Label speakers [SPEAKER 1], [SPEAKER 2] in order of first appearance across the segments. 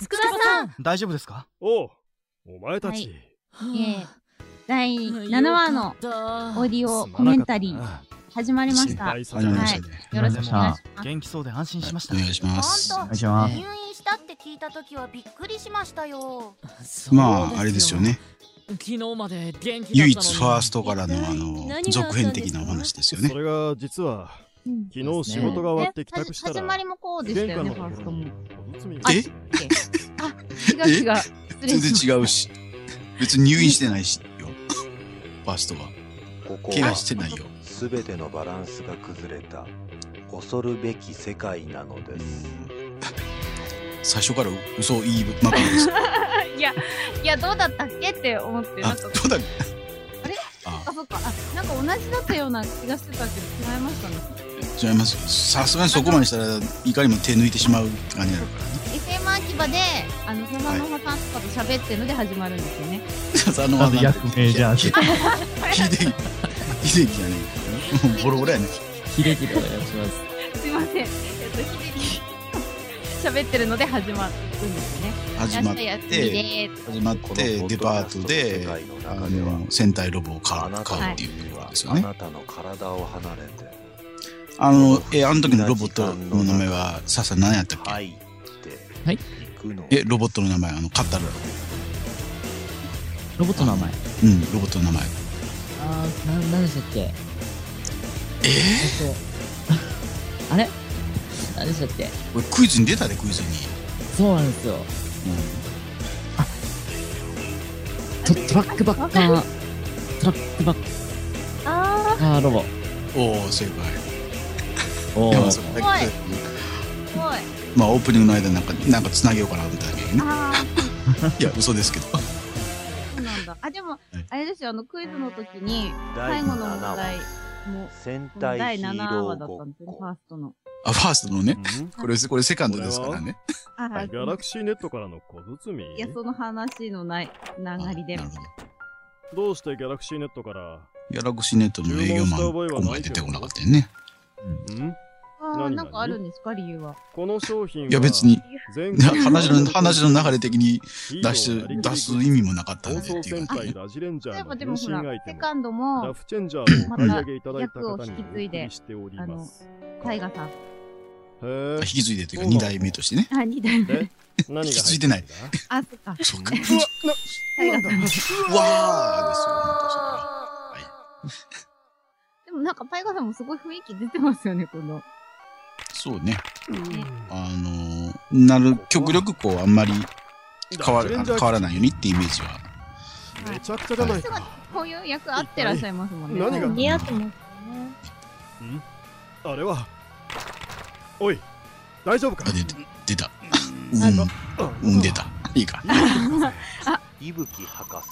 [SPEAKER 1] つくださん
[SPEAKER 2] 大丈夫ですか
[SPEAKER 3] おうお前たち、
[SPEAKER 1] はえー第7話のオーディオ
[SPEAKER 3] すまなか
[SPEAKER 1] コメン
[SPEAKER 3] ったな
[SPEAKER 1] タリー始まりました。
[SPEAKER 3] は
[SPEAKER 1] はいい、
[SPEAKER 4] 始まりましたね。
[SPEAKER 1] よろしくお願いします。
[SPEAKER 2] 元気そうで安心しました
[SPEAKER 4] お。願いします。
[SPEAKER 5] ほん
[SPEAKER 2] 願いしま
[SPEAKER 5] と
[SPEAKER 2] す
[SPEAKER 5] 入院したって聞いた時はびっくりしましたよ
[SPEAKER 4] まあ、あれですよ。ね。
[SPEAKER 6] 昨日まで元気だったのに
[SPEAKER 4] 唯一ファーストからのあ
[SPEAKER 7] 何があ
[SPEAKER 4] の
[SPEAKER 7] ったんですか
[SPEAKER 4] 続編的なお話ですよ
[SPEAKER 3] そ
[SPEAKER 4] ね。
[SPEAKER 3] れが実は
[SPEAKER 1] うん
[SPEAKER 3] 昨日仕事が終わって帰宅した
[SPEAKER 1] 始
[SPEAKER 3] ら、
[SPEAKER 1] まりもこうでしたよね、
[SPEAKER 3] 玄
[SPEAKER 1] ファース
[SPEAKER 3] 関のと
[SPEAKER 1] ト
[SPEAKER 3] ころ
[SPEAKER 1] も
[SPEAKER 3] に。おむつみ
[SPEAKER 1] あ
[SPEAKER 3] が
[SPEAKER 1] え
[SPEAKER 4] え
[SPEAKER 1] 違う違う。失礼
[SPEAKER 4] 全
[SPEAKER 1] しまし
[SPEAKER 4] 然違うし。別に入院してないしよ。ファーストは。
[SPEAKER 8] ここ
[SPEAKER 4] 怪
[SPEAKER 8] は
[SPEAKER 4] 我してないよ。
[SPEAKER 8] 全てのバランスが崩れた恐るべき世界なのです
[SPEAKER 4] 最初から嘘を言いまくりです。
[SPEAKER 1] た。いや、いや、どうだったっけって思って、な
[SPEAKER 4] あ、
[SPEAKER 1] んか
[SPEAKER 4] ど、うだ
[SPEAKER 1] あれ
[SPEAKER 4] あ
[SPEAKER 1] あ、、そっか、あなんか同じだったような気がしてたけど、違いましたね。
[SPEAKER 4] 違いますよ。さすがにそこまでしたら、いかにも手抜いてしまうって感じになるからね。
[SPEAKER 1] FM 秋葉で、あの、そのままさんとかと喋ってるので始まるんですよね。
[SPEAKER 4] あの
[SPEAKER 2] まず役名じゃん。
[SPEAKER 4] ひでい、ひでいじゃねえ。もうボロボロやね。
[SPEAKER 6] 秀樹でお願いします。
[SPEAKER 1] すいません。えっと、ひでき喋ってるので始まるんですよね。
[SPEAKER 4] 始まっ
[SPEAKER 1] 明日休みで
[SPEAKER 4] て、
[SPEAKER 1] ーす
[SPEAKER 4] 始まって、デパートで、あの、戦隊ロボを買う買うっていうことですよね
[SPEAKER 8] あ。なたの体を離れて
[SPEAKER 4] あの、え、あの時のロボットの名前は、さっさん何やったっけ
[SPEAKER 8] 入って
[SPEAKER 6] はい
[SPEAKER 8] くの
[SPEAKER 4] え、ロボットの名前、あの、カッタル。
[SPEAKER 6] ロボットの名前。
[SPEAKER 4] うん、ロボットの名前。
[SPEAKER 6] あー、な、なんでしたっけえ ー、あれ何でしたっけ
[SPEAKER 4] 俺、クイズに出たで、クイズに。
[SPEAKER 6] そうなんですよ。トトラックバッカー、トラックバッ
[SPEAKER 1] あ
[SPEAKER 6] カーロボ。
[SPEAKER 4] おお、正解。
[SPEAKER 6] お
[SPEAKER 4] でも
[SPEAKER 6] ー
[SPEAKER 4] そ、
[SPEAKER 1] い
[SPEAKER 4] れだけ
[SPEAKER 1] ー、すごい。
[SPEAKER 4] まあ、オープニングの間、なんか、なんか繋げようかなと思っただけど ね。
[SPEAKER 1] あー。
[SPEAKER 4] いや、嘘ですけど。
[SPEAKER 1] そうなんだ。あ、でも、あれですよ、あの、クイズの時に、最
[SPEAKER 8] 第
[SPEAKER 1] 後の
[SPEAKER 8] 7
[SPEAKER 1] 問題
[SPEAKER 8] 話
[SPEAKER 1] も、
[SPEAKER 8] 戦
[SPEAKER 1] この
[SPEAKER 8] 隊
[SPEAKER 1] 第
[SPEAKER 8] ヒー
[SPEAKER 1] 7
[SPEAKER 8] ロ
[SPEAKER 1] 話
[SPEAKER 8] ー
[SPEAKER 1] だっ
[SPEAKER 8] ご
[SPEAKER 1] たん
[SPEAKER 8] っ
[SPEAKER 1] ですよね、ファ
[SPEAKER 8] こ
[SPEAKER 1] ーストの。
[SPEAKER 4] あ、ファーストのね。
[SPEAKER 3] ん
[SPEAKER 4] これ、これセカンドですからね。
[SPEAKER 1] あ
[SPEAKER 3] ギ
[SPEAKER 1] はい
[SPEAKER 3] ャラクシーネットからの小包み
[SPEAKER 1] いや、その話のない、
[SPEAKER 4] あ
[SPEAKER 1] 流りで
[SPEAKER 4] な。るほど。
[SPEAKER 3] どうしてギャラクシーネットから
[SPEAKER 4] ギャラクシーネットの営業マン、ここまで出てこなかったよね。
[SPEAKER 3] ん
[SPEAKER 1] あー
[SPEAKER 3] 何
[SPEAKER 1] なんかあるんですか、理由は。
[SPEAKER 3] この商品はい
[SPEAKER 4] や、別に、
[SPEAKER 3] 前
[SPEAKER 4] いや
[SPEAKER 3] 回
[SPEAKER 4] 話の、話の流れ的に
[SPEAKER 3] ヒーロ
[SPEAKER 4] 出し
[SPEAKER 3] ーやり
[SPEAKER 4] て、
[SPEAKER 3] くり
[SPEAKER 4] 出す意味もなかったん
[SPEAKER 3] 暴
[SPEAKER 4] でって
[SPEAKER 3] 走
[SPEAKER 4] いう
[SPEAKER 3] 戦
[SPEAKER 4] 感じ
[SPEAKER 3] 隊
[SPEAKER 4] ね。
[SPEAKER 3] ラジレンジャ
[SPEAKER 1] 例え
[SPEAKER 3] ー
[SPEAKER 1] ば
[SPEAKER 3] の
[SPEAKER 1] で
[SPEAKER 3] 変
[SPEAKER 1] も
[SPEAKER 3] 身
[SPEAKER 1] ほら
[SPEAKER 3] アイ、テ
[SPEAKER 1] セ
[SPEAKER 3] ム
[SPEAKER 1] カンド
[SPEAKER 3] ラ
[SPEAKER 1] も、
[SPEAKER 3] フチェンジャーをお買い上げいただいた
[SPEAKER 1] ま
[SPEAKER 3] 方
[SPEAKER 1] た
[SPEAKER 3] に
[SPEAKER 1] 役を引
[SPEAKER 3] お
[SPEAKER 1] き継いで
[SPEAKER 3] 送りしております
[SPEAKER 1] タイガさん。
[SPEAKER 3] へえ
[SPEAKER 4] 引き継いでというか、二代目としてね。
[SPEAKER 1] あ、二代目。
[SPEAKER 3] 何が
[SPEAKER 4] 引き継いでない
[SPEAKER 1] あ、そっか。
[SPEAKER 4] そうか。
[SPEAKER 1] タイガさん。
[SPEAKER 4] うわ
[SPEAKER 1] でもなんか、タイガさんもすごい雰囲気出てますよね、この。
[SPEAKER 4] ーですよ。そうね。あのー、なる、極力こう、あんまり変わる変わらないようにってイメージは。
[SPEAKER 1] い
[SPEAKER 3] めちゃくちゃじゃないか
[SPEAKER 1] こういう役合ってらっしゃいますもんね。
[SPEAKER 3] 何が
[SPEAKER 7] 似合ってますね。
[SPEAKER 3] あれはおい大丈夫か
[SPEAKER 4] あ、出た。出た。
[SPEAKER 1] なんだ
[SPEAKER 4] うん、うん、出た。いいか。
[SPEAKER 8] 伊吹博士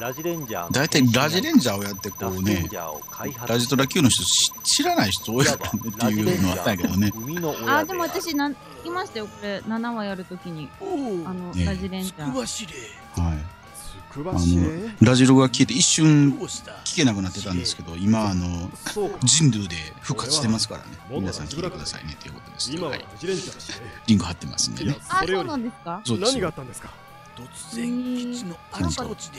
[SPEAKER 8] ラジレンジャーの
[SPEAKER 4] 大体ラジレンジャーをやってこ
[SPEAKER 8] ラ
[SPEAKER 4] う
[SPEAKER 8] ジレン
[SPEAKER 4] ね
[SPEAKER 8] ジ、ャーを開発
[SPEAKER 4] ラジトラ Q の人知知らない人多いからねっていうのはあったんやけどね。
[SPEAKER 8] 海の親である
[SPEAKER 1] あ、でも私、なん、聞きましたよ、これ、7話やるときに。あの、
[SPEAKER 4] ね
[SPEAKER 1] ラジレンジャー。
[SPEAKER 4] はい。
[SPEAKER 3] つくば市へ
[SPEAKER 4] ラジログが消えて一瞬聞けなくなってたんですけど、今あの
[SPEAKER 3] そうか
[SPEAKER 4] 人類で復活してますからね。皆さん聞いてくださいねということですね。
[SPEAKER 3] 今は
[SPEAKER 4] は
[SPEAKER 3] ラ
[SPEAKER 4] い。
[SPEAKER 3] ジレンジャー市へ
[SPEAKER 4] リンク貼ってますんで
[SPEAKER 3] いや
[SPEAKER 4] ね。
[SPEAKER 1] あ、
[SPEAKER 3] それ
[SPEAKER 1] そ
[SPEAKER 3] よ
[SPEAKER 1] う
[SPEAKER 3] り
[SPEAKER 1] なんですか
[SPEAKER 4] そうです
[SPEAKER 3] 何があ
[SPEAKER 4] よ
[SPEAKER 3] っ。たんですか
[SPEAKER 9] 突然基地の
[SPEAKER 4] な
[SPEAKER 9] あ
[SPEAKER 4] ん
[SPEAKER 9] ち
[SPEAKER 4] か
[SPEAKER 9] こちで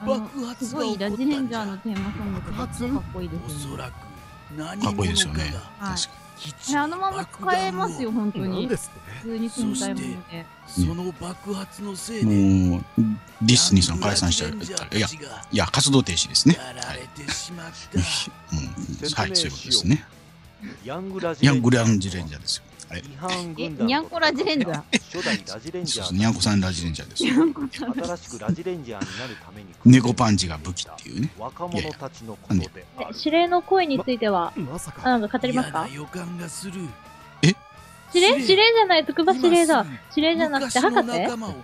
[SPEAKER 1] あの
[SPEAKER 9] 爆発
[SPEAKER 1] す
[SPEAKER 9] が
[SPEAKER 1] ごい
[SPEAKER 9] 起こ
[SPEAKER 1] ラ
[SPEAKER 9] っ
[SPEAKER 1] ジレ
[SPEAKER 9] た
[SPEAKER 1] ン
[SPEAKER 9] ん
[SPEAKER 1] ジ
[SPEAKER 9] じ
[SPEAKER 1] ャー
[SPEAKER 9] ゃ
[SPEAKER 1] のテーマソングとかかっこいいで
[SPEAKER 9] お
[SPEAKER 1] す
[SPEAKER 9] そ
[SPEAKER 1] よね。
[SPEAKER 9] らく何
[SPEAKER 4] かっこいいですよ
[SPEAKER 9] 者か
[SPEAKER 4] ね
[SPEAKER 9] が
[SPEAKER 1] はい。
[SPEAKER 4] 確か
[SPEAKER 9] 基地
[SPEAKER 1] ねあのまま使えますよ、本当
[SPEAKER 3] 何
[SPEAKER 1] に。
[SPEAKER 3] で
[SPEAKER 1] 普
[SPEAKER 3] すって
[SPEAKER 1] 通に住みたいもので。
[SPEAKER 9] その爆発のせいで
[SPEAKER 4] に。もう、ディスニーさん解散しちゃった。いや、
[SPEAKER 9] や
[SPEAKER 4] いや、活動停止ですね。
[SPEAKER 9] やられてしまった
[SPEAKER 4] うん、はい、そういうことですね。
[SPEAKER 8] ヤングラジ
[SPEAKER 4] い
[SPEAKER 8] レ
[SPEAKER 4] や、
[SPEAKER 8] ンジャー
[SPEAKER 4] グランジレンジャーですよ。あれ、
[SPEAKER 8] 違反
[SPEAKER 1] え、
[SPEAKER 8] 軍団
[SPEAKER 1] にゃんこラジレンジャー。
[SPEAKER 8] 初代ラジレンジ
[SPEAKER 4] そ
[SPEAKER 8] ャ
[SPEAKER 4] う
[SPEAKER 8] ー
[SPEAKER 4] そう、にゃんこさんラジレンジャーですよ。
[SPEAKER 1] にゃんこさん。
[SPEAKER 8] 新しくラジレンジャーになるために
[SPEAKER 4] 猫パンチが武器っていうね。
[SPEAKER 8] 若者たちのことであ
[SPEAKER 7] で
[SPEAKER 8] る
[SPEAKER 7] 指令の声については、
[SPEAKER 3] まさ
[SPEAKER 7] あ
[SPEAKER 3] か
[SPEAKER 7] なんか語りますか
[SPEAKER 9] 嫌な予感がする
[SPEAKER 4] え
[SPEAKER 7] 指令指令じゃない、つくば指令だ
[SPEAKER 9] 今。
[SPEAKER 7] 指令じゃなくて、
[SPEAKER 9] すぐ
[SPEAKER 7] 博
[SPEAKER 9] 昔の
[SPEAKER 7] 士
[SPEAKER 9] 仲間を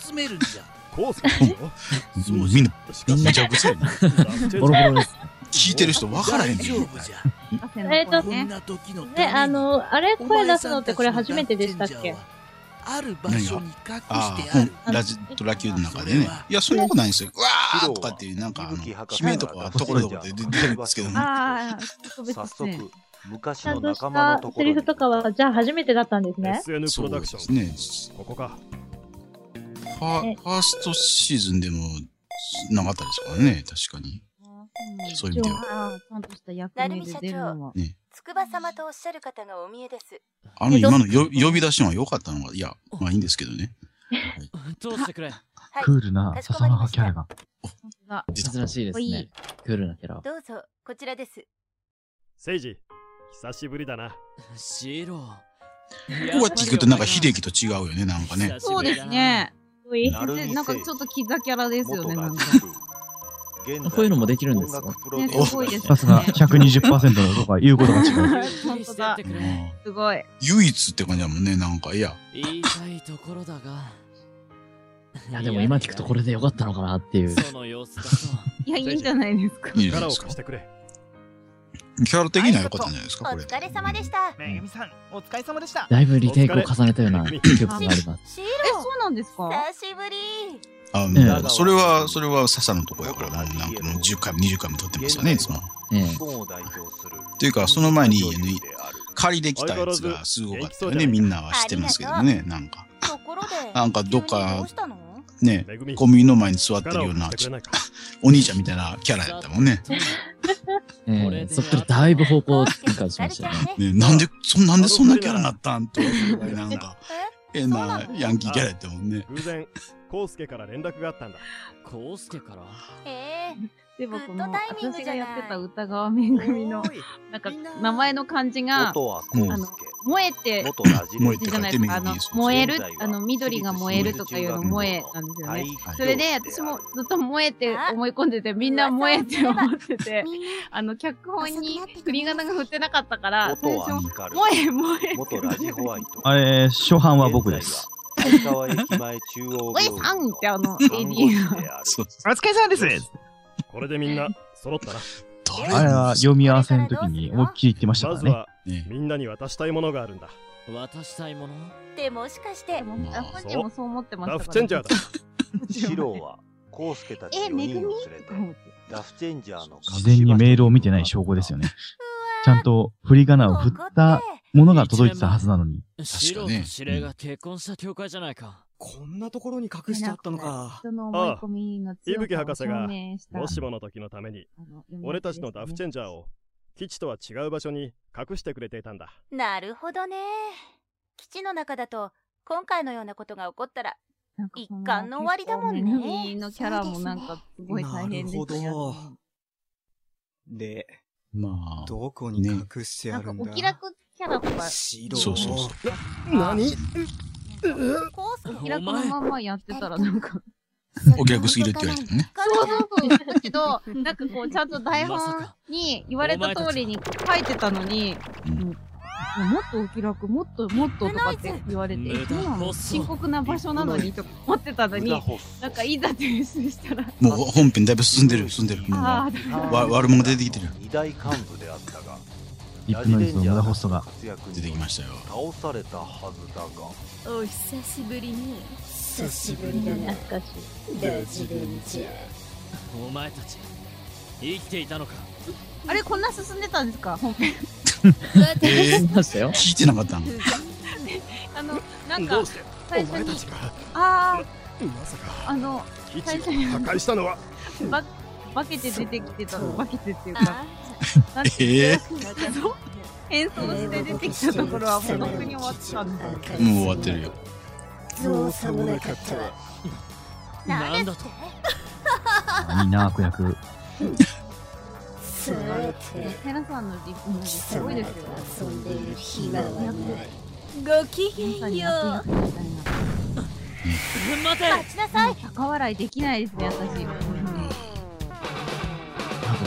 [SPEAKER 9] 集めるんじ ゃ
[SPEAKER 3] コウさんでしょ
[SPEAKER 9] そう
[SPEAKER 4] みんな、みんなじゃぶつ
[SPEAKER 3] ラジレンジャ
[SPEAKER 6] ボロボ
[SPEAKER 3] ー
[SPEAKER 6] ロです。
[SPEAKER 4] 聞いてる人分からへん
[SPEAKER 9] 大
[SPEAKER 4] ね
[SPEAKER 9] 丈
[SPEAKER 4] ん
[SPEAKER 9] 夫じゃ
[SPEAKER 7] えーと
[SPEAKER 9] こん
[SPEAKER 1] ね。
[SPEAKER 9] な時のため
[SPEAKER 7] ね、
[SPEAKER 9] に
[SPEAKER 7] あの、あれ
[SPEAKER 9] お
[SPEAKER 7] 声
[SPEAKER 9] 前
[SPEAKER 7] 出
[SPEAKER 9] さ
[SPEAKER 7] す
[SPEAKER 9] ん
[SPEAKER 7] のってこれ初めてでしたっけ
[SPEAKER 9] ある場所に隠して
[SPEAKER 4] ああ、
[SPEAKER 9] あ
[SPEAKER 4] ほ
[SPEAKER 9] る
[SPEAKER 4] んラジドラキューの中でね。いや、そんなことないんですよ。うわーとかっていう、なんか、あの、悲鳴とか、ところどころで出てるんですけどね。
[SPEAKER 1] ああ、特別
[SPEAKER 8] 早
[SPEAKER 1] ですね。
[SPEAKER 8] 速昔
[SPEAKER 7] ちゃ
[SPEAKER 8] の
[SPEAKER 7] んとし
[SPEAKER 8] 仲間の
[SPEAKER 7] た
[SPEAKER 8] とこ
[SPEAKER 7] セ
[SPEAKER 8] ろ
[SPEAKER 7] リ
[SPEAKER 8] に
[SPEAKER 7] フとかは、じゃあ初めてだったんですね。
[SPEAKER 3] SN プ
[SPEAKER 4] そ
[SPEAKER 3] ロ
[SPEAKER 4] う
[SPEAKER 3] ダ
[SPEAKER 4] で
[SPEAKER 3] クショ
[SPEAKER 4] す
[SPEAKER 3] ン。
[SPEAKER 4] ね。
[SPEAKER 3] ここか。
[SPEAKER 4] ファファーストシーズンでもなかったですからね、確かに。そういう意味では。
[SPEAKER 1] ああ、ちゃんとした役目で出るのは。
[SPEAKER 2] 筑波様とおっしゃる方のお見えです。
[SPEAKER 4] あの、今のよ呼び出しのは良かったのが、いや、まあいいんですけどね。
[SPEAKER 10] どうしてくれ
[SPEAKER 2] はい
[SPEAKER 11] クールな
[SPEAKER 2] かしこ
[SPEAKER 11] 笹
[SPEAKER 2] まり
[SPEAKER 11] の
[SPEAKER 2] ま
[SPEAKER 11] 葉
[SPEAKER 2] し
[SPEAKER 11] キャラ
[SPEAKER 2] た。
[SPEAKER 11] が。
[SPEAKER 1] 本当だ
[SPEAKER 4] 出た
[SPEAKER 6] 珍しいです
[SPEAKER 1] かっこい
[SPEAKER 6] ね
[SPEAKER 1] い。
[SPEAKER 6] クールなキャラ。
[SPEAKER 2] どうぞ、こちらです。
[SPEAKER 3] セイジ、久しぶりだな。
[SPEAKER 10] シロ
[SPEAKER 4] こうやって聞くとなんか秀樹と違うよね、なんかね。
[SPEAKER 1] そうですね。
[SPEAKER 7] うい
[SPEAKER 8] なるみせい
[SPEAKER 1] なんかちょっとキザキャラですよね、なんか。
[SPEAKER 8] か
[SPEAKER 6] こういうのもできるんですよ
[SPEAKER 1] ね、すごいですね。
[SPEAKER 11] さすが120%のとか言うことが違う。
[SPEAKER 1] 本当だ。
[SPEAKER 4] まあ
[SPEAKER 1] すごい。
[SPEAKER 4] 唯一って感じだもんね、なんか、いや。
[SPEAKER 10] 言いたいところだが。
[SPEAKER 6] いや、でも今聞くとこれでよかったのかなっていう。
[SPEAKER 10] その様子だと。
[SPEAKER 1] いや、いいんじゃないですか。
[SPEAKER 4] いいじゃ
[SPEAKER 3] 力
[SPEAKER 4] ない
[SPEAKER 3] を
[SPEAKER 4] ですか
[SPEAKER 3] 貸し。てくれ。
[SPEAKER 4] キャラ的には良かったんじゃないです
[SPEAKER 2] お
[SPEAKER 4] か、これ。
[SPEAKER 2] 疲れ様でした。
[SPEAKER 10] めぐみさん、お疲れ様でした。
[SPEAKER 6] だいぶリテイクを重ねたような
[SPEAKER 3] お疲
[SPEAKER 6] 記憶があります。
[SPEAKER 2] シ
[SPEAKER 1] え、
[SPEAKER 2] ー
[SPEAKER 1] そうなんですか
[SPEAKER 2] ロ、久しぶり。
[SPEAKER 4] あ
[SPEAKER 6] ええ
[SPEAKER 4] もうそれは、それは笹のとこやから、もうなんかもう10回も20回も撮ってますよね、いつも。
[SPEAKER 6] え え
[SPEAKER 8] 日本を代表する。
[SPEAKER 4] っていうかその前に借りでき
[SPEAKER 3] 相
[SPEAKER 4] た
[SPEAKER 3] 変
[SPEAKER 4] や
[SPEAKER 3] わら
[SPEAKER 4] つ
[SPEAKER 3] ず
[SPEAKER 4] がすごかったよね、みんなは知ってますけどね、なんか。
[SPEAKER 5] ところで、
[SPEAKER 4] なんかど
[SPEAKER 5] 急
[SPEAKER 4] っ
[SPEAKER 5] にど
[SPEAKER 4] か
[SPEAKER 5] うしたの
[SPEAKER 4] ね、
[SPEAKER 3] めぐみ、
[SPEAKER 4] コンビニの前に座ってる
[SPEAKER 3] 力
[SPEAKER 4] よ
[SPEAKER 3] を
[SPEAKER 4] う
[SPEAKER 3] 貸
[SPEAKER 4] な
[SPEAKER 3] してくれないか。
[SPEAKER 4] お兄ちゃんみたいなキャラやったもんね。
[SPEAKER 10] これ
[SPEAKER 6] ええ
[SPEAKER 10] で
[SPEAKER 6] そっからだいぶ方向転換しましたよね。
[SPEAKER 4] ねなんでそん、なんでそんなキャラになったんと。なんか、変なヤンキーキャラやったもんね。
[SPEAKER 3] 偶然、コウスケから連絡があったんだ。
[SPEAKER 10] こうしてから。
[SPEAKER 2] ええ
[SPEAKER 1] でもこの
[SPEAKER 2] グッドタイミン
[SPEAKER 1] 私
[SPEAKER 2] グじ
[SPEAKER 1] が
[SPEAKER 2] ゃない
[SPEAKER 1] やってた歌川めぐみの なんか名前の漢字が
[SPEAKER 8] 元はコウ
[SPEAKER 1] あ
[SPEAKER 8] ス
[SPEAKER 1] の燃えて
[SPEAKER 8] ケ。元ラジ
[SPEAKER 4] 燃え
[SPEAKER 1] 字じ
[SPEAKER 4] て
[SPEAKER 1] ゃ
[SPEAKER 4] 書
[SPEAKER 1] ないい
[SPEAKER 4] て
[SPEAKER 1] です
[SPEAKER 4] みる
[SPEAKER 1] かあの
[SPEAKER 4] いいですか
[SPEAKER 1] 燃えるあの緑が燃えるとかいうの燃えなんですよね。それで私もずっと燃えて思い込んでてみんな燃えって思ってて
[SPEAKER 5] みんな
[SPEAKER 1] あの脚本に振り仮名が振ってなかったから最
[SPEAKER 8] 元は
[SPEAKER 1] 初
[SPEAKER 8] 光
[SPEAKER 1] 燃え燃え
[SPEAKER 8] 元ラジホワイト。
[SPEAKER 11] あれ、初版は僕です。。
[SPEAKER 8] 相川駅前中央
[SPEAKER 1] 燃えさんってあの AD が。
[SPEAKER 8] が
[SPEAKER 4] そう
[SPEAKER 11] お疲れ様です
[SPEAKER 3] これでみんな揃ったな。
[SPEAKER 4] 誰
[SPEAKER 11] あれは読み合わせの時に思いっきり言ってましたか
[SPEAKER 3] ま
[SPEAKER 11] ら
[SPEAKER 3] ず
[SPEAKER 11] ね。
[SPEAKER 3] は、
[SPEAKER 4] ね
[SPEAKER 3] みんなに渡したいものがあるんだ。
[SPEAKER 10] 渡したいもの
[SPEAKER 2] でもしかして、
[SPEAKER 4] まあ
[SPEAKER 1] 本人もそう思ってました
[SPEAKER 3] ラフチェンジャーだ。
[SPEAKER 8] シロはコウスケたち4人を連れて、ラフチェンジャーの
[SPEAKER 11] 事前にメールを見てない証拠ですよ
[SPEAKER 8] ね。
[SPEAKER 11] ね。ちゃんと振り仮名を振ったものが届いてたはずなのに。
[SPEAKER 10] シロと指令が結婚した教会じゃないか。
[SPEAKER 9] こんなところに隠してあったのか。
[SPEAKER 1] 人の思い込みの強さを証明した
[SPEAKER 3] もしもの時のために、
[SPEAKER 1] あの読み
[SPEAKER 3] 俺たちのダフチェ
[SPEAKER 1] ン
[SPEAKER 3] ンジャーを、基地とは違う場所に隠してくれていたんだ。
[SPEAKER 2] なるほどね。基地の中だと、今回のようなことが起こったら、一巻の終わりだもんね
[SPEAKER 1] のキャラもなんかすごい大変でした
[SPEAKER 9] なるほ
[SPEAKER 1] よ
[SPEAKER 9] ど。
[SPEAKER 10] で、
[SPEAKER 4] まあ、
[SPEAKER 10] どこ
[SPEAKER 4] にね
[SPEAKER 10] して
[SPEAKER 1] なんかお気楽キャラとか
[SPEAKER 9] 白
[SPEAKER 4] そうそうそう。
[SPEAKER 3] 何
[SPEAKER 2] コースケ
[SPEAKER 1] 気楽のまんまやってたらなんか
[SPEAKER 4] お気楽すぎるって言われてもね。
[SPEAKER 1] そうそうそうだけどなんかこうちゃんと台本
[SPEAKER 10] まさか
[SPEAKER 1] に言われた通りに書いてたのに
[SPEAKER 4] うん
[SPEAKER 1] もうもっとお気楽もっともっととかって言われて
[SPEAKER 10] 無駄
[SPEAKER 1] そうなの
[SPEAKER 10] 放送
[SPEAKER 1] 深刻な場所なのにとか思ってたのになんかいざ提出したら
[SPEAKER 4] もう本編だいぶ進んでる、進んでる。もう
[SPEAKER 1] ああだ
[SPEAKER 4] わ悪者出てきてる。
[SPEAKER 8] 二大幹部であったが、
[SPEAKER 11] リップノイズの無駄ホストが。
[SPEAKER 4] 出てきましたよ。
[SPEAKER 8] 倒されたはずだが。
[SPEAKER 2] お久しぶりに。
[SPEAKER 9] 久しぶりだな。
[SPEAKER 7] 懐かしい。
[SPEAKER 2] デジベンジャ
[SPEAKER 10] お前たち、生きていたのか。
[SPEAKER 1] あれこんな進んでたんですか本編
[SPEAKER 6] ええましたよ。
[SPEAKER 4] 聞いてなかったの
[SPEAKER 1] あのなん
[SPEAKER 3] ど
[SPEAKER 1] か
[SPEAKER 3] うして
[SPEAKER 1] 最
[SPEAKER 3] お前
[SPEAKER 1] 初
[SPEAKER 3] た
[SPEAKER 1] に
[SPEAKER 3] ちが、
[SPEAKER 1] あ
[SPEAKER 3] まさ
[SPEAKER 1] あ
[SPEAKER 3] か、
[SPEAKER 1] あの
[SPEAKER 3] 基地
[SPEAKER 1] 最
[SPEAKER 3] を
[SPEAKER 1] 初に
[SPEAKER 3] 破壊したのは、
[SPEAKER 1] ば化けて出てきてたの化けてっていうか
[SPEAKER 2] あ
[SPEAKER 1] なんて
[SPEAKER 4] ええ
[SPEAKER 1] そう変装して出てきたところは本当に終わってたんだ
[SPEAKER 4] もう終わってるよ。
[SPEAKER 2] そうさもなかったわ。
[SPEAKER 10] なんだと
[SPEAKER 11] いいな、悪役。
[SPEAKER 2] そう
[SPEAKER 1] テラさんのリプもすごいですよ
[SPEAKER 2] 遊んでる暇はない。ごきげんよう。
[SPEAKER 10] 待て
[SPEAKER 2] 待ちなさい。
[SPEAKER 1] 高笑いできないですね私
[SPEAKER 6] なんか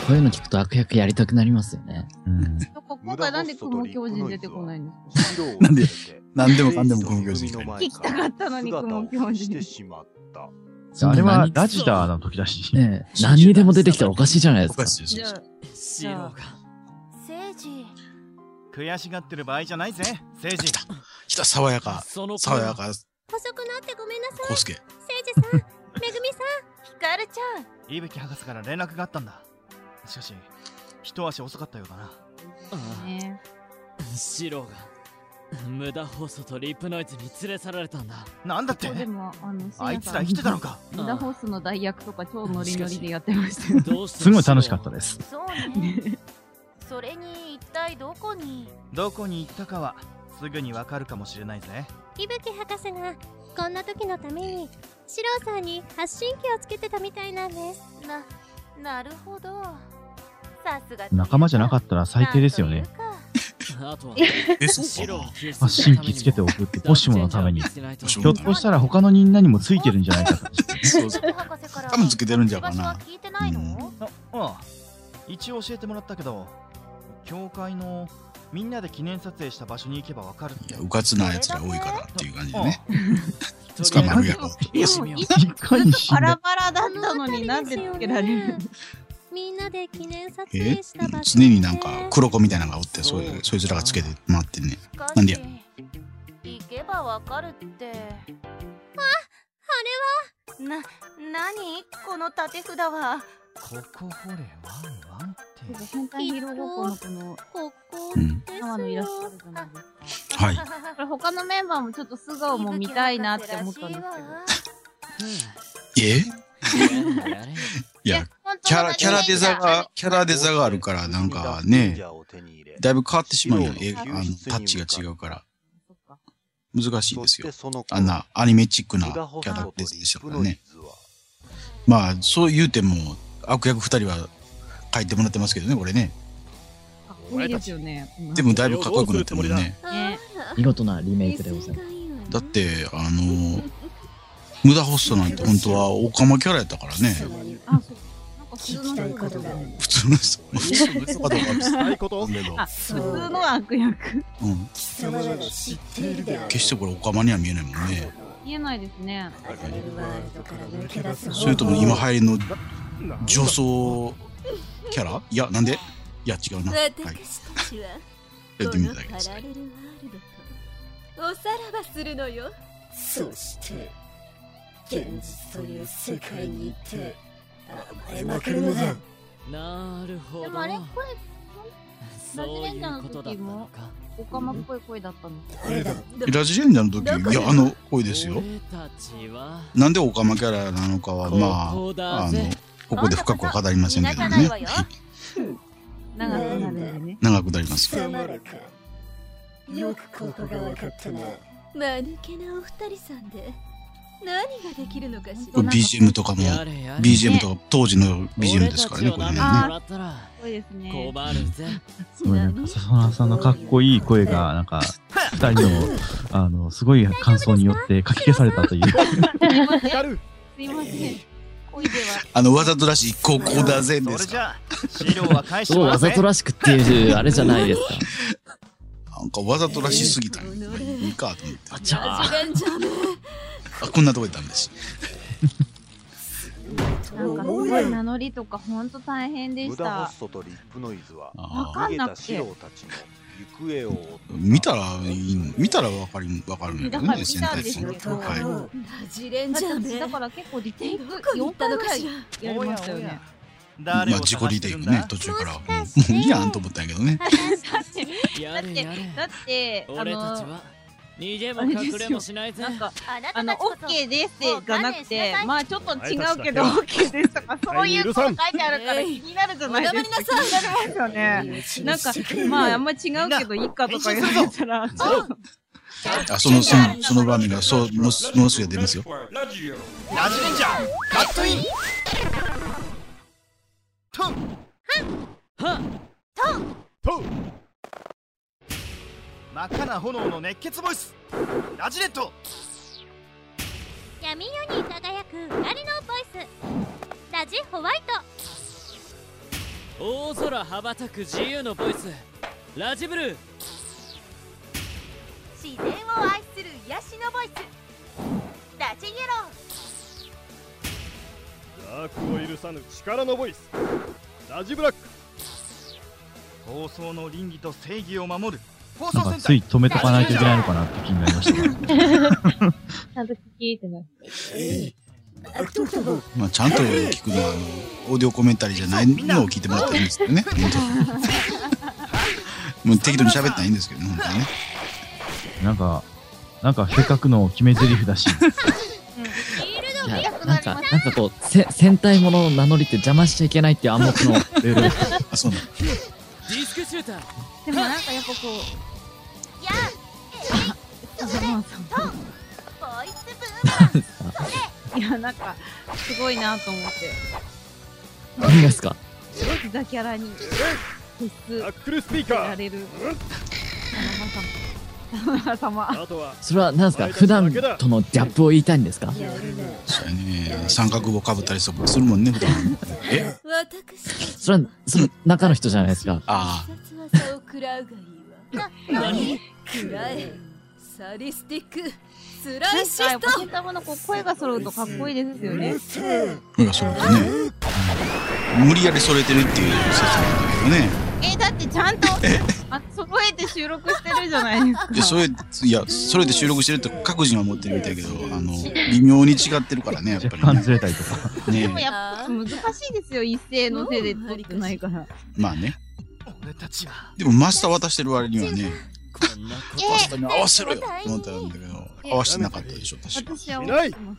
[SPEAKER 6] こういうの聞くと悪役やりたくなりますよね。
[SPEAKER 11] うん。
[SPEAKER 1] 今回なんでこの狂人出てこないんですか
[SPEAKER 4] なんで何でもかんでもこの教室に来る。
[SPEAKER 8] 聞
[SPEAKER 1] きたかったのにこの教室
[SPEAKER 8] してしまった。
[SPEAKER 6] そん
[SPEAKER 11] あ
[SPEAKER 6] な
[SPEAKER 11] れは
[SPEAKER 6] 何
[SPEAKER 11] ラジダーの時だし。
[SPEAKER 6] ええ何にでも出てきたらおかしいじゃないで
[SPEAKER 4] お
[SPEAKER 6] す
[SPEAKER 4] か
[SPEAKER 6] か。
[SPEAKER 4] しいです
[SPEAKER 1] じ
[SPEAKER 4] よ
[SPEAKER 1] ゃ。あ
[SPEAKER 10] シロが。
[SPEAKER 2] 聖治。
[SPEAKER 10] 悔しがってる場合じゃないぜ、聖治。
[SPEAKER 4] きた爽やか、
[SPEAKER 10] その
[SPEAKER 4] 爽
[SPEAKER 10] 声
[SPEAKER 4] や
[SPEAKER 10] は
[SPEAKER 4] か、
[SPEAKER 2] 細くなってごめんなさ
[SPEAKER 4] コウスケ。
[SPEAKER 2] い。聖治さん、めぐみさん、ひかるちゃん。
[SPEAKER 10] 伊吹博士から連絡があったんだ。しかし、一足遅かったようだな。
[SPEAKER 1] ですね。
[SPEAKER 10] シローが無駄放送とリップノイズに連れ去られたん だ
[SPEAKER 12] なんだって
[SPEAKER 1] でもあの
[SPEAKER 10] あいつら生きてたのか
[SPEAKER 1] 無駄ホースの代役とか超ノリノリでやってましたよ
[SPEAKER 10] どう
[SPEAKER 11] すごい楽しかったです。
[SPEAKER 5] そうね。それに一体どこに
[SPEAKER 12] どこに行ったかはすぐにわかるかもしれないぜ
[SPEAKER 13] 伊吹博士がこんな時のためにシローさんに発信機をつけてたみたいなんです
[SPEAKER 5] ななるほどさすが
[SPEAKER 11] 仲間じゃなかったら最低ですよね。
[SPEAKER 10] あとは
[SPEAKER 11] え
[SPEAKER 10] シローを救出
[SPEAKER 11] 発
[SPEAKER 10] する
[SPEAKER 11] 信
[SPEAKER 10] ため
[SPEAKER 11] 機
[SPEAKER 10] に
[SPEAKER 11] つけて送って、ポシモのために。
[SPEAKER 10] ひ
[SPEAKER 11] ょっとしたら他のみんなにもついてるんじゃないか と。
[SPEAKER 4] そうそう。多分つけてるんじゃうかな。
[SPEAKER 5] 聞いてないの
[SPEAKER 12] ああ一応教えてもらったけど教会のみんなで記念撮影した場所に行けばわかるって
[SPEAKER 4] うかつなやつが多いからっていう感じでね。
[SPEAKER 12] 捕
[SPEAKER 4] まるやろ。
[SPEAKER 1] バラバラだったのになんでつけられる
[SPEAKER 13] みんなで記念撮
[SPEAKER 4] え
[SPEAKER 13] 影した場所
[SPEAKER 4] 常になんか黒子みたいなのがおって、そういうそいつらがつけて回ってね。なんでや。
[SPEAKER 5] 行けばわかるってああれはな何この立て札は
[SPEAKER 12] ここ掘れワンワン
[SPEAKER 1] 変態ヒーローごっこのこの
[SPEAKER 13] ここ
[SPEAKER 1] 生のイラストあるじゃないですか。はい。他のメンバーもちょっと素顔も見たいなって思ったんです
[SPEAKER 4] え
[SPEAKER 10] けど。
[SPEAKER 4] いや、キャラ、キャラデザが、キャラデザがあるから、なんかね、だいぶ変わってしまうよ。えあのタッチが違うから。難しいですよ。あんなアニメチックなキャラデザでしたからね。まあ、そう言うても、悪役二人は書いてもらってますけどね、これね。
[SPEAKER 1] かっこいいですよね。
[SPEAKER 4] でもだいぶかっこよくなってもらうね。
[SPEAKER 1] ね
[SPEAKER 14] 見事なリメイクでございます
[SPEAKER 4] だって、あの、無駄ホストなんて本当はオカマキャラやったからね。
[SPEAKER 1] あ、そう。なんか普通の人が
[SPEAKER 4] 普通の人、普通の人かどうかは別
[SPEAKER 1] あ
[SPEAKER 4] に
[SPEAKER 1] 普通の悪役。
[SPEAKER 4] うん。決してこれオカマには見えないもんね。
[SPEAKER 1] 言えないですね。
[SPEAKER 4] それとも今流行りの女装キャラいや、なんでいや、違うな。はい。
[SPEAKER 15] 私たちは
[SPEAKER 4] やってみただけ
[SPEAKER 15] パ
[SPEAKER 4] です。
[SPEAKER 15] ラレルワールドとおさらばするのよ
[SPEAKER 9] そして現実という世界にいて甘えまくるのだ
[SPEAKER 10] なるほど
[SPEAKER 1] でもあれ、これ、ラジレンジャーの時も、オカマっぽい声だったの。
[SPEAKER 4] ラジジェンダーの時、いや、あの、多いですよ。
[SPEAKER 10] たちは
[SPEAKER 4] なんでオカマキャラなのかは、ま
[SPEAKER 10] ここ
[SPEAKER 4] あ、
[SPEAKER 10] だ
[SPEAKER 4] あ
[SPEAKER 10] ぜ
[SPEAKER 4] の、ここで深くは語りませんけどね。
[SPEAKER 1] 長くなるんでね。
[SPEAKER 4] 長くなりますけど。
[SPEAKER 9] 様らかよくここが分かったな
[SPEAKER 15] 間抜けなお二人さんで何ができるのかし
[SPEAKER 4] これ
[SPEAKER 15] ら
[SPEAKER 4] BGM とかも、BGM とか当時の BGM ですからね、これね。
[SPEAKER 1] あ
[SPEAKER 10] あ、
[SPEAKER 1] そうですね。
[SPEAKER 10] 困るぜ。
[SPEAKER 11] すごいなんか、笹原さんのかっこいい声が、なんか、二人の、あの、すごい感想によってかき消された という。
[SPEAKER 1] すいません。
[SPEAKER 4] あの、わざとらしい、ここだぜです
[SPEAKER 12] じゃあ資料は返し
[SPEAKER 14] すごい
[SPEAKER 12] ま
[SPEAKER 14] わ
[SPEAKER 12] す
[SPEAKER 14] ざ
[SPEAKER 12] ね
[SPEAKER 14] とらしくっていうあれじゃないですか
[SPEAKER 4] なんかわざとらしすぎたね。まあいいかと思って。あ
[SPEAKER 14] ちゃーラ
[SPEAKER 15] ンジャーめ
[SPEAKER 4] あ、こんなとこいたんです。
[SPEAKER 1] なんかすごい名乗りとか本当大変で
[SPEAKER 8] 無
[SPEAKER 1] し
[SPEAKER 8] 駄ホ
[SPEAKER 1] た
[SPEAKER 8] ス。トとリップノイズは
[SPEAKER 1] わかん
[SPEAKER 8] 逃げ
[SPEAKER 1] な
[SPEAKER 8] た
[SPEAKER 1] く
[SPEAKER 8] シ
[SPEAKER 1] て
[SPEAKER 8] ローたちの行方を追っ
[SPEAKER 4] 見たらいいの見たらわかるわかるんだけどね、
[SPEAKER 1] 見たら見たんですけど
[SPEAKER 4] は
[SPEAKER 15] ラジレンジャーめ
[SPEAKER 1] だから結構リテイク
[SPEAKER 15] どこに行
[SPEAKER 1] 4
[SPEAKER 15] った
[SPEAKER 1] 回
[SPEAKER 15] の
[SPEAKER 1] ぐ
[SPEAKER 15] から
[SPEAKER 1] い
[SPEAKER 15] しら
[SPEAKER 1] やりましたよね。
[SPEAKER 4] い。まあ、自己リテイクね、途中から。もういいやんと思ったんやけどね。
[SPEAKER 1] だって、だって、あ
[SPEAKER 10] 俺たち
[SPEAKER 1] の
[SPEAKER 10] は、逃げも
[SPEAKER 1] あれですよ
[SPEAKER 10] 隠れもしないぜ。
[SPEAKER 1] あの、オッケーですがなくて、まあちょっと違うけど、オ
[SPEAKER 10] もう
[SPEAKER 1] ッケーですとか、そういうこと書いてあるから
[SPEAKER 15] えい
[SPEAKER 1] 気になるじゃないですか。
[SPEAKER 15] お黙りなさい
[SPEAKER 1] 気になりますよね。なんか、まああんま違うけど、いいかとか言われたら、
[SPEAKER 4] あ、その、その、その場面が、そう、ものすものすごい出ますよ。
[SPEAKER 12] ラジレンジャーカットイントン
[SPEAKER 10] は
[SPEAKER 12] トントン真っ赤な炎の熱血ボイスラジレット
[SPEAKER 13] 闇夜に輝く光のボイスラジホワイト
[SPEAKER 10] 大空羽ばたく自由のボイス、ラジブルー。
[SPEAKER 5] 自然を愛する癒しのボイスラジイエロ
[SPEAKER 3] ダークを許さぬ力のボイスラジブラック
[SPEAKER 12] 放送の倫理と正義を守る放
[SPEAKER 11] なんか、つい止めとかないといけないのかなって気になりましたけど。
[SPEAKER 7] ちゃんと聞いてます。
[SPEAKER 4] まあ、ちゃんと聞くのは、 あの、オーディオコメンタリーじゃないのを聞いてもらったらいいんですけどね。もう適当に喋ったらいいんですけどね、本当にね。
[SPEAKER 11] なんか、なんかせっかくの決め台詞だ し。
[SPEAKER 14] いやなんか、なんかこう、せ戦隊ものを名乗りって邪魔しちゃいけないっていう暗黙のルール。
[SPEAKER 4] あ、そうなの。
[SPEAKER 10] ディスクシューター
[SPEAKER 1] でもなんかやっぱこう。
[SPEAKER 5] や
[SPEAKER 1] あそうなんですよ
[SPEAKER 5] っとボイスブ
[SPEAKER 1] いや、なんか、すごいなと思って。
[SPEAKER 14] 何がですか
[SPEAKER 1] すごくザキャラに、突出、
[SPEAKER 3] クルスピーカー
[SPEAKER 1] られる。田中様。田中様。
[SPEAKER 14] それは何ですか普段とのギャップを言いたいんですか
[SPEAKER 4] そうやね。三角帽かぶったりするもんね、普段。え
[SPEAKER 14] それは、その中の人じゃないですか。
[SPEAKER 4] ああ。
[SPEAKER 15] 翼を食らうがいいわ何食らえサリスティックスライシ
[SPEAKER 1] な
[SPEAKER 15] ス
[SPEAKER 1] んか、ポ
[SPEAKER 15] ト
[SPEAKER 1] ケタマのこう声が揃うとかっこいいですよね。
[SPEAKER 4] いや、そうだね。無理やりそれてるっていう説なんだけどね。
[SPEAKER 1] え、だってちゃんと、あ、揃えて収録してるじゃないですか。
[SPEAKER 4] いや、それ、いや、それで収録してるって各自が思ってるみたいやけど、あの、微妙に違ってるからね、やっぱり、ね。
[SPEAKER 11] 感じれたりとか。
[SPEAKER 1] で
[SPEAKER 4] ね
[SPEAKER 1] もやっぱ難しいですよ、一斉のせいで撮ってないから。
[SPEAKER 4] まあね。でも、マスター渡してる割にはね、マスターに合わせろよと思ったんだけど、合わせてなかったでしょ、確か。
[SPEAKER 1] 私は合わせてます。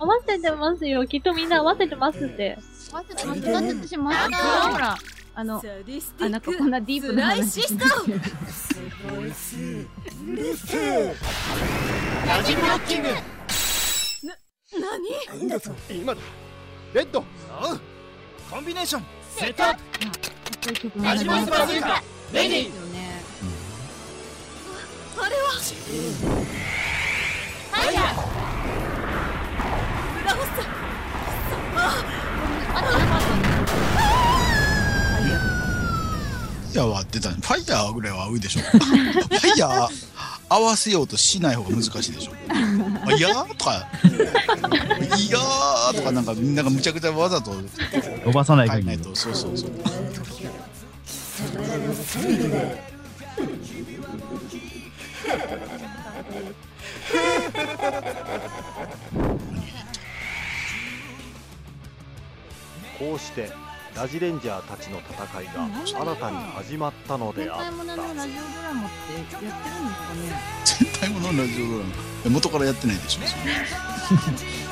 [SPEAKER 7] 合わせてますよ。きっとみんな合わせてますって。
[SPEAKER 1] 合わせてます。だって私、マスターほら、あの、あ、なんかこんなディープな話してるけど。
[SPEAKER 5] ラジブロッキング
[SPEAKER 3] 何だと今だレッド
[SPEAKER 12] コンビネーション
[SPEAKER 3] セットアッ
[SPEAKER 1] ラジ
[SPEAKER 3] プラズーカレディー
[SPEAKER 15] あれは
[SPEAKER 5] ファイヤー
[SPEAKER 15] ブラウス
[SPEAKER 4] いや、は出たね。ファイヤーぐらいは合うでしょ。ファイヤー合わせようとしない方が難しいでしょ。あいやーとか、いやーとかなんかみんながむちゃくちゃわざと
[SPEAKER 11] 伸ばさない限
[SPEAKER 4] 変えな
[SPEAKER 11] り。
[SPEAKER 4] いと、そうそうそう。
[SPEAKER 8] こうしてラジレンジャーたちの戦いが新たに始まったので
[SPEAKER 1] 戦
[SPEAKER 8] あった
[SPEAKER 1] 隊もののラジオドラマってやってるんですかね
[SPEAKER 4] 戦隊もののラジオドラマいや。元からやってないでしょ。それ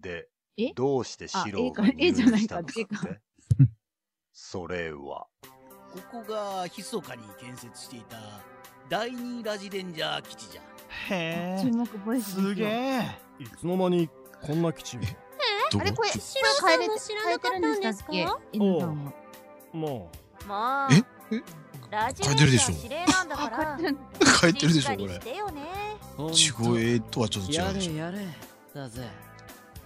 [SPEAKER 8] で
[SPEAKER 1] え
[SPEAKER 8] どうして
[SPEAKER 1] あ
[SPEAKER 8] シローが
[SPEAKER 1] え
[SPEAKER 8] 入
[SPEAKER 1] え
[SPEAKER 8] 院
[SPEAKER 1] じゃない
[SPEAKER 8] したのか
[SPEAKER 1] か
[SPEAKER 8] ってそれは
[SPEAKER 16] ここが密かに建設していた第二ラジレンジャー基地じゃ
[SPEAKER 12] へ
[SPEAKER 1] 注目ボイスですよ。
[SPEAKER 12] え
[SPEAKER 3] いつの間にこんな基地 が
[SPEAKER 4] ど
[SPEAKER 1] あれこれ、これ変えれて、変えてるんでしたっけ
[SPEAKER 3] おうまあ
[SPEAKER 2] もうラジ
[SPEAKER 4] 書いてるでしょ
[SPEAKER 2] レンジャー指令なんだから
[SPEAKER 4] 書いてるでしょ、こ
[SPEAKER 2] しっかり
[SPEAKER 4] れ。
[SPEAKER 2] してよね
[SPEAKER 4] 地声とはちょっと違
[SPEAKER 10] や
[SPEAKER 4] うでしょ
[SPEAKER 10] れ。やれだぜ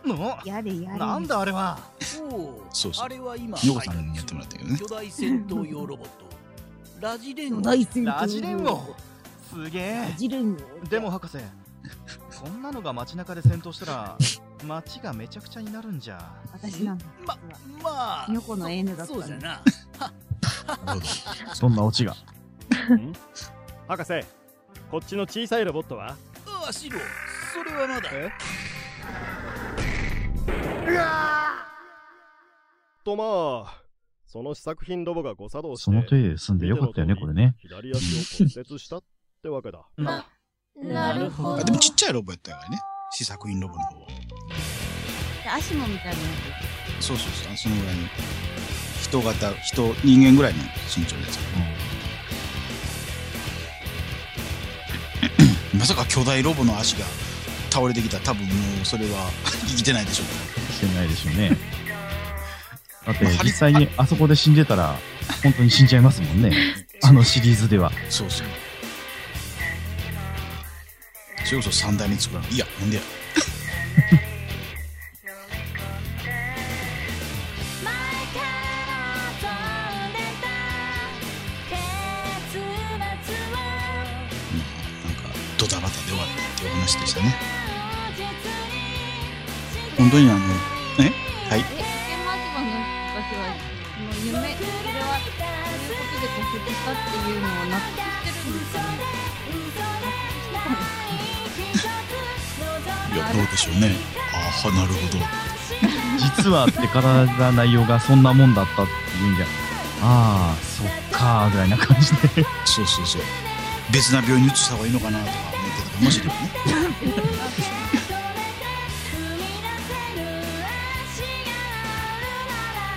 [SPEAKER 12] の
[SPEAKER 1] やれやれ。
[SPEAKER 12] なんだあれは
[SPEAKER 16] おお
[SPEAKER 4] そうそう
[SPEAKER 16] あれは今
[SPEAKER 4] ヨコさんにやってもらったけ どね
[SPEAKER 16] 巨。大戦闘用ロボットラジレン
[SPEAKER 12] ラジレン王すげえ
[SPEAKER 1] ジレン
[SPEAKER 12] でも博士こんなのが街中で戦闘したら街がめちゃくちゃになるんじゃ
[SPEAKER 1] 私なんだ。
[SPEAKER 16] まあ
[SPEAKER 1] ニョコの N だった
[SPEAKER 16] そうじゃ
[SPEAKER 1] ね。
[SPEAKER 16] な
[SPEAKER 11] そんなオチが。
[SPEAKER 3] 博士こっちの小さいロボットは
[SPEAKER 16] ああシローそれはまだ
[SPEAKER 3] とまあその試作品ロボが誤作動して
[SPEAKER 11] その手で済んでよかったよね、これね。
[SPEAKER 3] 左足を骨折したってわけだ
[SPEAKER 12] な
[SPEAKER 1] なるほ
[SPEAKER 4] あ
[SPEAKER 1] ど
[SPEAKER 4] で。もちっちゃいロボやったからね。試作品ロボの方は。
[SPEAKER 1] アシモみたいなや
[SPEAKER 4] そうそうそう、そのぐらいの。人型、人、人間ぐらいの身長のやつ。まさか巨大ロボの足が倒れてきたら多分もうそれは 生きてないでしょう
[SPEAKER 11] してないでしょ うね。だって実際にあそこで死んでたら、本当に死んじゃいますもんね。あのシリーズでは。
[SPEAKER 4] そうそうそれこそ三代目作らないいやなんでやなんかドタバタで終わったっていう話でしたね本当にあのえはい
[SPEAKER 1] つ。え、ポケマジマの私は、もう夢、これは、こういうことで骨折したっていうのを納得してるんですよね。
[SPEAKER 2] いやどうでしょうねああなるほど
[SPEAKER 11] 実はってから内容がそんなもんだったって言うんじゃああそっかーぐらいな感じで
[SPEAKER 2] そうそうそう別な病院に移した方がいいのかなとか思ってたかもしれないね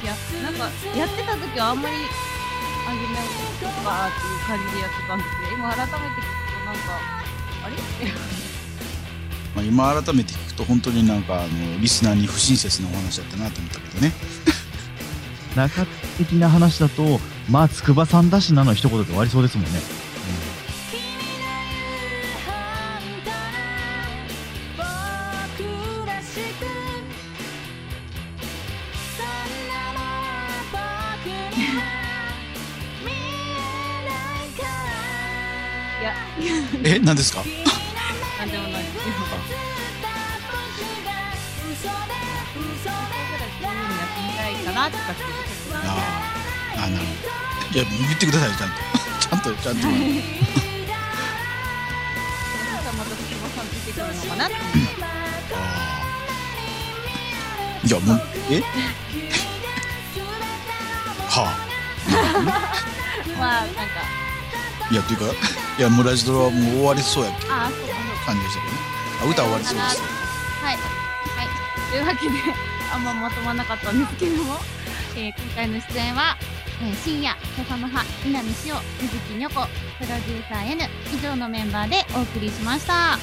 [SPEAKER 1] いやなんかやってた時はあんまりあげないとかっていう感じでやってたんですけど今改めて聞くとなんかあれ
[SPEAKER 2] まあ、今改めて聞くと本当になんかあのリスナーに不親切なお話だったなと思ったけどね
[SPEAKER 11] 中的な話だとまあ筑波さんだしなの一言で終わりそうですもんね、
[SPEAKER 2] うん、 え何ですか
[SPEAKER 1] なんでもないですよ。
[SPEAKER 2] ああ、あの、いや、言ってください、ちゃんと。 ちゃんと、ちゃんと。
[SPEAKER 1] また筑波さん出てくるのかなって
[SPEAKER 2] いや、もう、えは
[SPEAKER 1] あ。 まあ、なんか。
[SPEAKER 2] いや、というか、いや、もうラジドラはもう終わりそうやっけ。
[SPEAKER 1] あ、そうか。
[SPEAKER 2] 感じでしたけどねあ歌終わりそうです
[SPEAKER 1] はいはいというわけであんままとまらなかったんですけども、えー、今回の出演は、えー、深夜笹の葉稲見潮水木にょこプロデューサー N 以上のメンバーでお送りしました